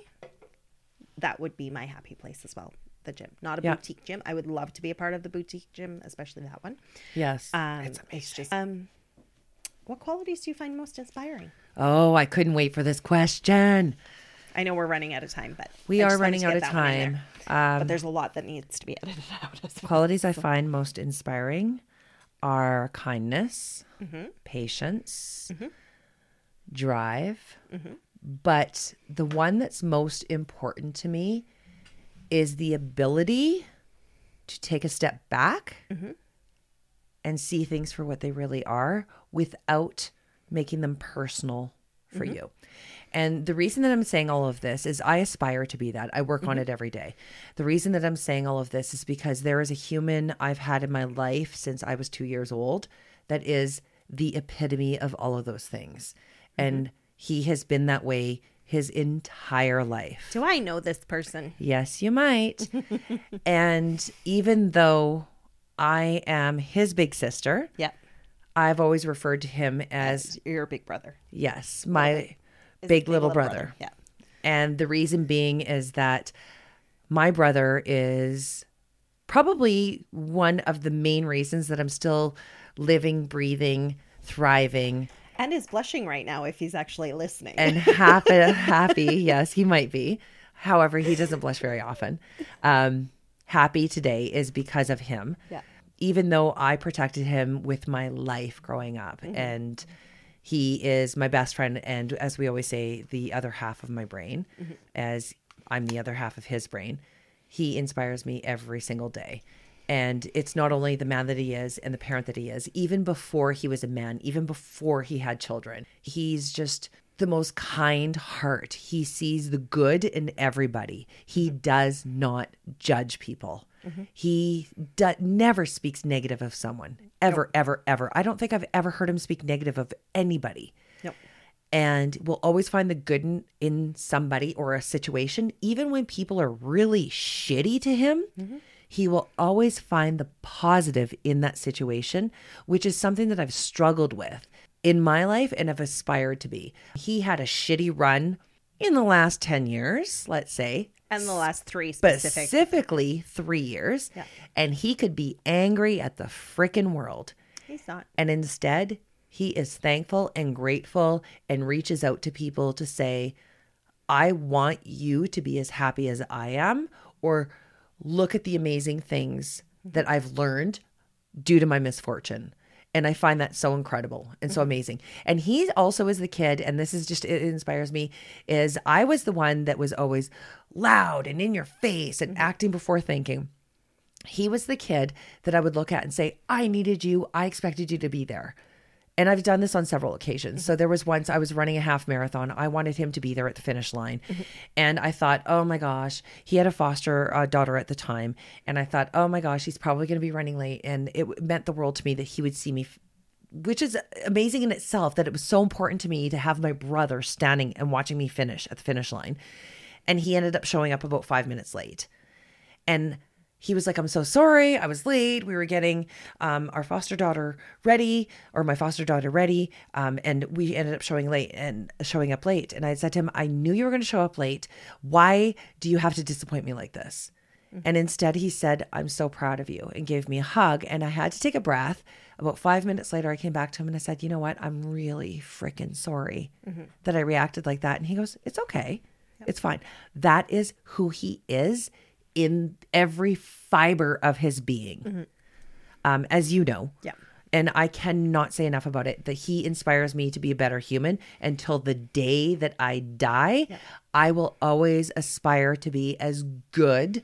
Speaker 3: that would be my happy place as well. The gym, not a
Speaker 2: Yeah.
Speaker 3: boutique gym. I would love to be a part of the boutique gym, especially that one.
Speaker 2: Yes.
Speaker 3: Um, it's just um, what qualities do you find most inspiring?
Speaker 2: oh, I couldn't wait for this question.
Speaker 3: I know we're running out of time, but
Speaker 2: We
Speaker 3: I
Speaker 2: are
Speaker 3: just wanted
Speaker 2: running
Speaker 3: to
Speaker 2: out
Speaker 3: get
Speaker 2: of
Speaker 3: that one in
Speaker 2: time. Um,
Speaker 3: there. but there's a lot that needs to be edited out as well.
Speaker 2: Qualities I find most inspiring are kindness, patience, drive. But the one that's most important to me is the ability to take a step back and see things for what they really are without making them personal for you. And the reason that I'm saying all of this is I aspire to be that. I work on it every day. The reason that I'm saying all of this is because there is a human I've had in my life since I was two years old that is the epitome of all of those things. And he has been that way his entire life.
Speaker 3: Do I know this person?
Speaker 2: Yes, you might. and even though I am his big sister,
Speaker 3: Yeah.
Speaker 2: I've always referred to him as,
Speaker 3: Your big brother.
Speaker 2: yes, my big little, brother.
Speaker 3: Yeah.
Speaker 2: And the reason being is that my brother is probably one of the main reasons that I'm still living, breathing, thriving,
Speaker 3: And is blushing right now if he's actually listening.
Speaker 2: and happy. happy, yes, he might be. However, he doesn't blush very often. Um, happy today is because of him.
Speaker 3: Yeah.
Speaker 2: Even though I protected him with my life growing up, and he is my best friend, and as we always say, the other half of my brain, as I'm the other half of his brain. He inspires me every single day. And it's not only the man that he is and the parent that he is, even before he was a man, even before he had children, he's just the most kind heart. He sees the good in everybody. He does not judge people. He do- never speaks negative of someone, ever, ever, ever. I don't think I've ever heard him speak negative of anybody
Speaker 3: Nope.
Speaker 2: and will always find the good in, in somebody or a situation. Even when people are really shitty to him,
Speaker 3: Mm-hmm.
Speaker 2: he will always find the positive in that situation, which is something that I've struggled with in my life and have aspired to be. He had a shitty run in the last 10 years, let's say.
Speaker 3: And the last three specific.
Speaker 2: Specifically, three years,
Speaker 3: Yeah.
Speaker 2: and he could be angry at the frickin' world.
Speaker 3: He's not.
Speaker 2: And instead, he is thankful and grateful and reaches out to people to say, I want you to be as happy as I am, or look at the amazing things that I've learned due to my misfortune. And I find that so incredible and so amazing. And he also is the kid, and this is just, it inspires me, is I was the one that was always loud and in your face and acting before thinking he was the kid that I would look at and say, I needed you. I expected you to be there. And I've done this on several occasions. So there was once I was running a half marathon. I wanted him to be there at the finish line. And I thought, oh my gosh, he had a foster uh, daughter at the time. And I thought, oh my gosh, he's probably going to be running late. And it w- meant the world to me that he would see me f- which is amazing in itself that it was so important to me to have my brother standing and watching me finish at the finish line. And he ended up showing up about five minutes late. And he was like, I'm so sorry. I was late. We were getting um, our foster daughter ready, or my foster daughter ready. Um, and we ended up showing late and showing up late. And I said to him, I knew you were going to show up late. Why do you have to disappoint me like this? And instead, he said, I'm so proud of you, and gave me a hug. And I had to take a breath. About five minutes later, I came back to him and I said, You know what? I'm really freaking sorry that I reacted like that. And he goes, It's okay. It's fine. That is who he is in every fiber of his being, um, as you know.
Speaker 3: Mm-hmm. Yeah.
Speaker 2: And I cannot say enough about it that he inspires me to be a better human until the day that I die. I will always aspire to be as good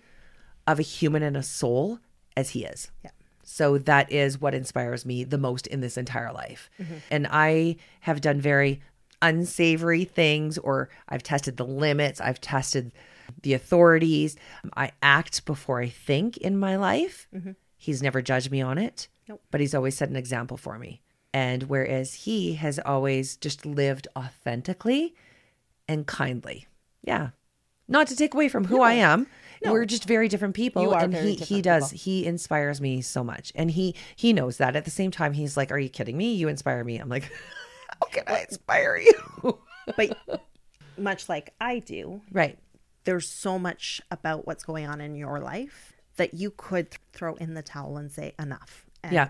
Speaker 2: of a human and a soul as he is.
Speaker 3: Yeah.
Speaker 2: So that is what inspires me the most in this entire life.
Speaker 3: Mm-hmm.
Speaker 2: And I have done very unsavory things, or I've tested the limits, I've tested the authorities. I act before I think in my life. He's never judged me on it,
Speaker 3: Nope.
Speaker 2: but he's always set an example for me. And whereas he has always just lived authentically and kindly. Yeah. Not to take away from who I am. We're just very different people
Speaker 3: You are
Speaker 2: and
Speaker 3: very
Speaker 2: he he
Speaker 3: different
Speaker 2: does he inspires me so much and he he knows that at the same time he's like are you kidding me you inspire me i'm like <laughs> how can i inspire you <laughs>
Speaker 3: But much like I do,
Speaker 2: right
Speaker 3: there's so much about what's going on in your life that you could th- throw in the towel and say enough and
Speaker 2: Yeah.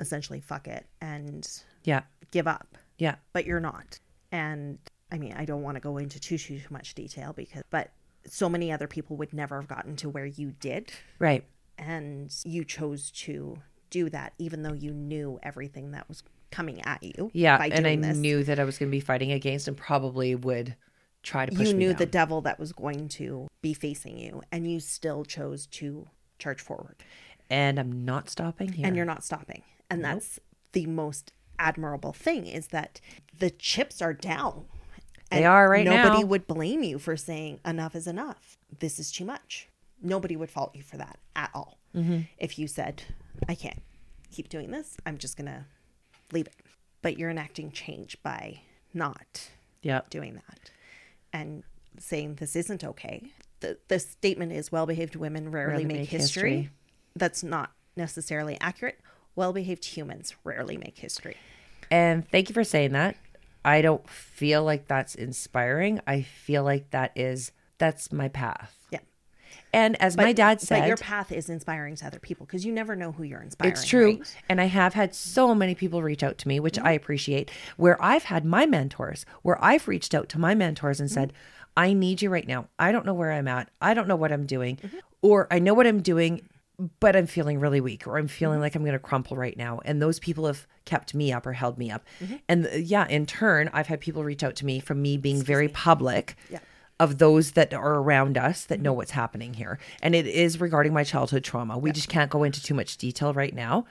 Speaker 3: essentially fuck it and
Speaker 2: yeah
Speaker 3: give up
Speaker 2: yeah
Speaker 3: but you're not and i mean i don't want to go into too too, too much detail because but so many other people would never have gotten to where you did
Speaker 2: right
Speaker 3: and you chose to do that even though you knew everything that was coming at you
Speaker 2: yeah
Speaker 3: by
Speaker 2: and i
Speaker 3: doing this.
Speaker 2: knew that i was going to be fighting against and probably would try to push
Speaker 3: you
Speaker 2: me
Speaker 3: knew
Speaker 2: down.
Speaker 3: the devil that was going to be facing you and you still chose to charge forward
Speaker 2: and i'm not stopping here
Speaker 3: and you're not stopping and that's the most admirable thing is that the chips are down
Speaker 2: They are right
Speaker 3: nobody
Speaker 2: now.
Speaker 3: would blame you for saying enough is enough this is too much nobody would fault you for that at
Speaker 2: Mm-hmm.
Speaker 3: all if you said i can't keep doing this i'm just gonna leave it but you're enacting change by not
Speaker 2: Yep.
Speaker 3: doing that and saying this isn't okay. The, the statement is well behaved women rarely,
Speaker 2: Rarely
Speaker 3: make,
Speaker 2: make
Speaker 3: history.
Speaker 2: history.
Speaker 3: That's not necessarily accurate. Well behaved humans rarely make history.
Speaker 2: And thank you for saying that. I don't feel like that's inspiring. I feel like that is that's my path.
Speaker 3: Yeah.
Speaker 2: And as my dad said,
Speaker 3: but your path is inspiring to other people because you never know who you're inspiring.
Speaker 2: It's true.
Speaker 3: right?
Speaker 2: And I have had so many people reach out to me, which I appreciate, where I've had my mentors, where I've reached out to my mentors and said, I need you right now. I don't know where I'm at. I don't know what I'm doing. Or I know what I'm doing, but I'm feeling really weak or I'm feeling like I'm going to crumple right now. And those people have kept me up or held me up. And uh, yeah, in turn, I've had people reach out to me from me being very public
Speaker 3: Yeah.
Speaker 2: of those that are around us that know what's happening here. And it is regarding my childhood trauma. We just can't go into too much detail right now.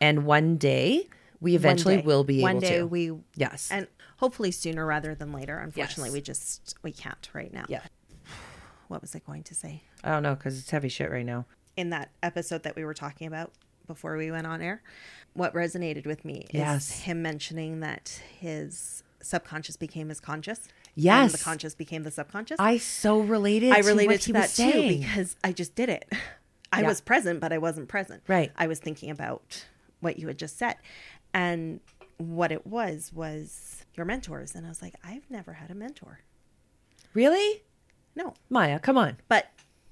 Speaker 2: And one day we eventually
Speaker 3: day.
Speaker 2: will be
Speaker 3: One
Speaker 2: able
Speaker 3: day
Speaker 2: to.
Speaker 3: we-
Speaker 2: Yes.
Speaker 3: And hopefully sooner rather than later. Unfortunately,
Speaker 2: Yes.
Speaker 3: we just we can't right now.
Speaker 2: Yeah.
Speaker 3: What was I going to say?
Speaker 2: I don't know because it's heavy shit right now.
Speaker 3: in that episode that we were talking about before we went on air, what resonated with me is
Speaker 2: Yes.
Speaker 3: him mentioning that his subconscious became his conscious. And the
Speaker 2: Yes.
Speaker 3: conscious became the subconscious.
Speaker 2: I so related.
Speaker 3: I
Speaker 2: to what
Speaker 3: related
Speaker 2: he
Speaker 3: to
Speaker 2: was
Speaker 3: that too
Speaker 2: saying.
Speaker 3: because I just did it. <laughs> I
Speaker 2: Yeah.
Speaker 3: was present, but I wasn't present.
Speaker 2: Right.
Speaker 3: I was thinking about what you had just said. And what it was was your mentors. And I was like, I've never had a mentor.
Speaker 2: Really,
Speaker 3: No.
Speaker 2: Maya? Come on.
Speaker 3: But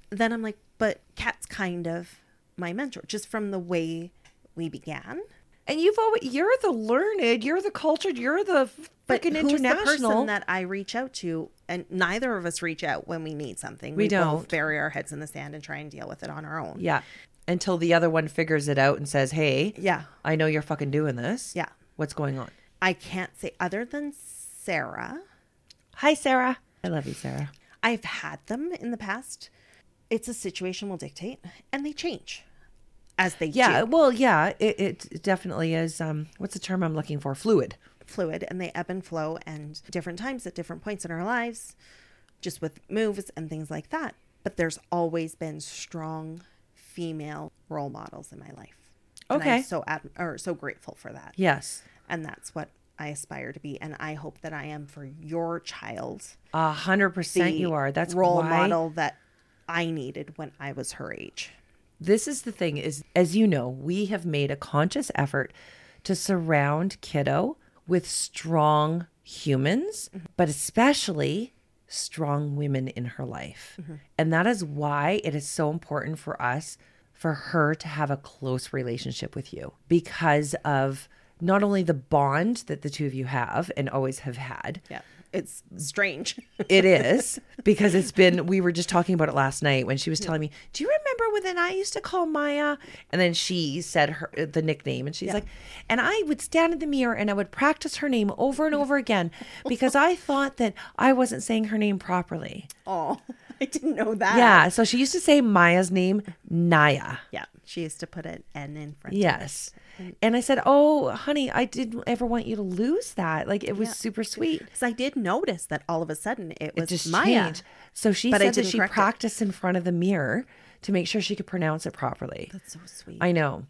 Speaker 3: then I'm like, but Kat's kind of my mentor, just from the way we began.
Speaker 2: And you've always you're the learned, you're the cultured, you're the
Speaker 3: But
Speaker 2: freaking
Speaker 3: who's the
Speaker 2: international.
Speaker 3: person that I reach out to? And neither of us reach out when we need something.
Speaker 2: We
Speaker 3: both
Speaker 2: don't.
Speaker 3: bury our heads in the sand and try and deal with it on our own.
Speaker 2: yeah. Until the other one figures it out and says, "Hey,
Speaker 3: yeah,
Speaker 2: I know you're fucking doing this.
Speaker 3: yeah.
Speaker 2: What's going on?"
Speaker 3: I can't say other than Sarah.
Speaker 2: Hi, Sarah. I love you, Sarah.
Speaker 3: I've had them in the past. It's a situation will dictate, and they change as they
Speaker 2: Yeah,
Speaker 3: do.
Speaker 2: well, yeah, it, it definitely is. Um, what's the term I'm looking for? Fluid.
Speaker 3: fluid and they ebb and flow and different times at different points in our lives just with moves and things like that but there's always been strong female role models in my life And
Speaker 2: Okay.
Speaker 3: I'm so ad- or so grateful for that
Speaker 2: Yes.
Speaker 3: and that's what I aspire to be and I hope that I am for your child
Speaker 2: A hundred percent
Speaker 3: the
Speaker 2: you are. That's
Speaker 3: role
Speaker 2: why
Speaker 3: model that I needed when I was her age
Speaker 2: this is the thing is as you know, we have made a conscious effort to surround kiddo with strong humans, but especially strong women in her life. And that is why it is so important for us for her to have a close relationship with you because of not only the bond that the two of you have and always have had,
Speaker 3: yeah it's strange <laughs>
Speaker 2: It is because it's been. We were just talking about it last night when she was telling me, "Do you remember when then I used to call Maya?" And then she said her the nickname, and she's like, "And I would stand in the mirror and I would practice her name over and over again because I thought that I wasn't saying her name properly."
Speaker 3: oh I didn't know that
Speaker 2: Yeah, so she used to say Maya's name Naya.
Speaker 3: yeah she used to put an N in front of it.
Speaker 2: Yes. And I said, "Oh, honey, I didn't ever want you to lose that. Like it was super sweet.
Speaker 3: Because I did notice that all of a sudden it was
Speaker 2: it just
Speaker 3: Maya.
Speaker 2: changed. So she
Speaker 3: But I
Speaker 2: said that
Speaker 3: didn't
Speaker 2: she
Speaker 3: correct it.
Speaker 2: practiced in front of the mirror to make sure she could pronounce it properly.
Speaker 3: That's so sweet.
Speaker 2: I know.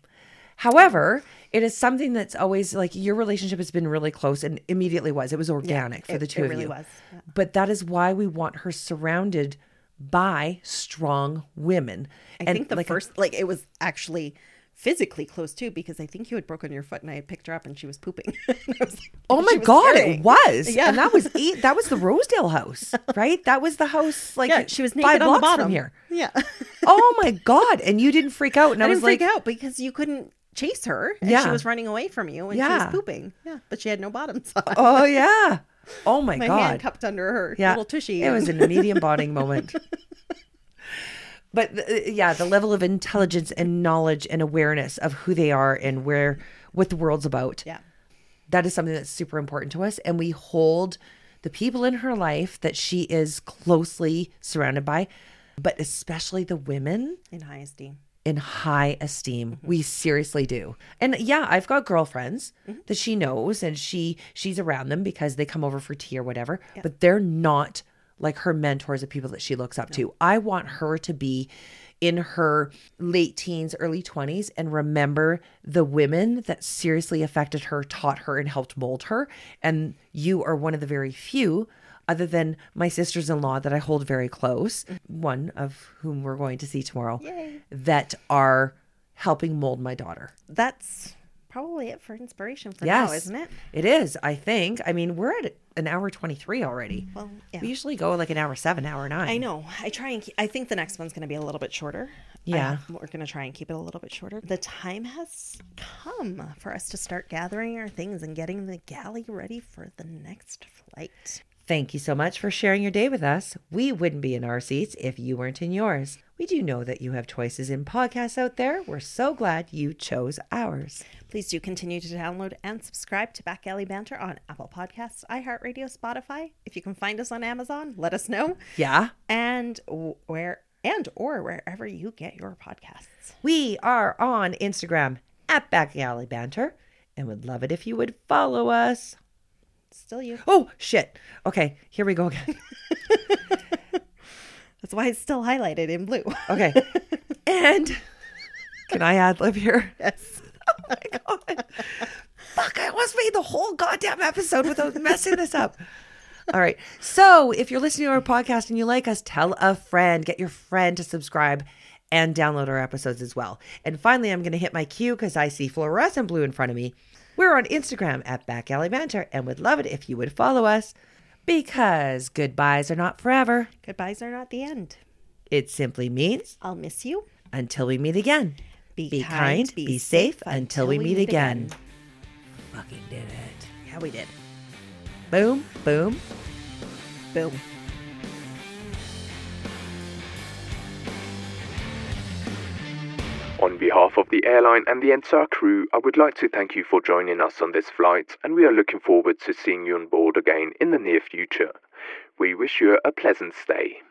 Speaker 2: However, it is something that's always like your relationship has been really close and immediately was. It was organic for
Speaker 3: it-
Speaker 2: the two
Speaker 3: it
Speaker 2: of
Speaker 3: really
Speaker 2: you.
Speaker 3: was, yeah.
Speaker 2: But that is why we want her surrounded by strong women.
Speaker 3: I think the first, like, it was actually physically close too, because I think you had broken your foot and I had picked her up and she was pooping. <laughs> And I was like,
Speaker 2: Oh
Speaker 3: she
Speaker 2: my
Speaker 3: was
Speaker 2: god,
Speaker 3: carrying.
Speaker 2: it was.
Speaker 3: Yeah.
Speaker 2: And that was eight, that was the Rosedale house, right? That was the house like
Speaker 3: <laughs> Yeah, she was naked
Speaker 2: five
Speaker 3: on
Speaker 2: blocks
Speaker 3: the bottom
Speaker 2: from here.
Speaker 3: Yeah. <laughs>
Speaker 2: Oh my god, and you didn't freak out and I,
Speaker 3: I
Speaker 2: was
Speaker 3: didn't
Speaker 2: like
Speaker 3: freak out because you couldn't chase her and she
Speaker 2: Yeah.
Speaker 3: was running away from you and she
Speaker 2: Yeah.
Speaker 3: was pooping. Yeah. But she had no bottoms on.
Speaker 2: Oh yeah. Oh my,
Speaker 3: <laughs> my
Speaker 2: god.
Speaker 3: hand cupped under her little tushy.
Speaker 2: It
Speaker 3: <laughs>
Speaker 2: was
Speaker 3: and-
Speaker 2: an immediate bonding
Speaker 3: <laughs>
Speaker 2: moment. But the, yeah, the level of intelligence and knowledge and awareness of who they are and where what the world's about.
Speaker 3: yeah.
Speaker 2: That is something that's super important to us and we hold the people in her life that she is closely surrounded by, but especially the women
Speaker 3: In high esteem.
Speaker 2: in high esteem. We seriously do. And yeah, I've got girlfriends that she knows and she she's around them because they come over for tea or whatever, but they're not like her mentors, the people that she looks up to. I want her to be in her late teens, early 20s, and remember the women that seriously affected her, taught her, and helped mold her. And you are one of the very few, other than my sisters in law that I hold very close, one of whom we're going to see tomorrow, that are helping mold my daughter.
Speaker 3: That's probably it for inspiration for
Speaker 2: Yes.
Speaker 3: now, isn't it?
Speaker 2: It is, I think. I mean, we're at an hour 23 already.
Speaker 3: Well, yeah.
Speaker 2: We usually go like an hour seven, hour nine.
Speaker 3: I know. I try and keep, I think the next one's going to be a little bit shorter.
Speaker 2: Yeah.
Speaker 3: I- we're going to try and keep it a little bit shorter. The time has come for us to start gathering our things and getting the galley ready for the next flight.
Speaker 2: Thank you so much for sharing your day with us. We wouldn't be in our seats if you weren't in yours. We do know that you have choices in podcasts out there. We're so glad you chose ours.
Speaker 3: Please do continue to download and subscribe to Back Alley Banter on Apple Podcasts, iHeartRadio, Spotify. If you can find us on Amazon, let us know.
Speaker 2: Yeah,
Speaker 3: And where and or wherever you get your podcasts.
Speaker 2: we are on Instagram at Back Alley Banter and would love it if you would follow us.
Speaker 3: Still you.
Speaker 2: Oh, shit. Okay, here we go again. <laughs>
Speaker 3: That's why it's still highlighted in blue.
Speaker 2: Okay. <laughs> and can I ad lib here?
Speaker 3: Yes.
Speaker 2: Oh my god. Fuck, I almost made the whole goddamn episode without messing this up. All right. So if you're listening to our podcast and you like us, tell a friend. Get your friend to subscribe and download our episodes as well. And finally, I'm going to hit my cue because I see fluorescent blue in front of me. We're on Instagram at Back Alley Banter and would love it if you would follow us because goodbyes are not forever.
Speaker 3: <laughs> Goodbyes are not the end.
Speaker 2: It simply means
Speaker 3: I'll miss you.
Speaker 2: until we meet again.
Speaker 3: Be,
Speaker 2: Be kind, be safe until we meet again. Fucking did it.
Speaker 3: Yeah, we did.
Speaker 2: Boom, boom,
Speaker 3: Boom.
Speaker 1: On behalf of the airline and the entire crew, I would like to thank you for joining us on this flight, and we are looking forward to seeing you on board again in the near future. We wish you a pleasant stay.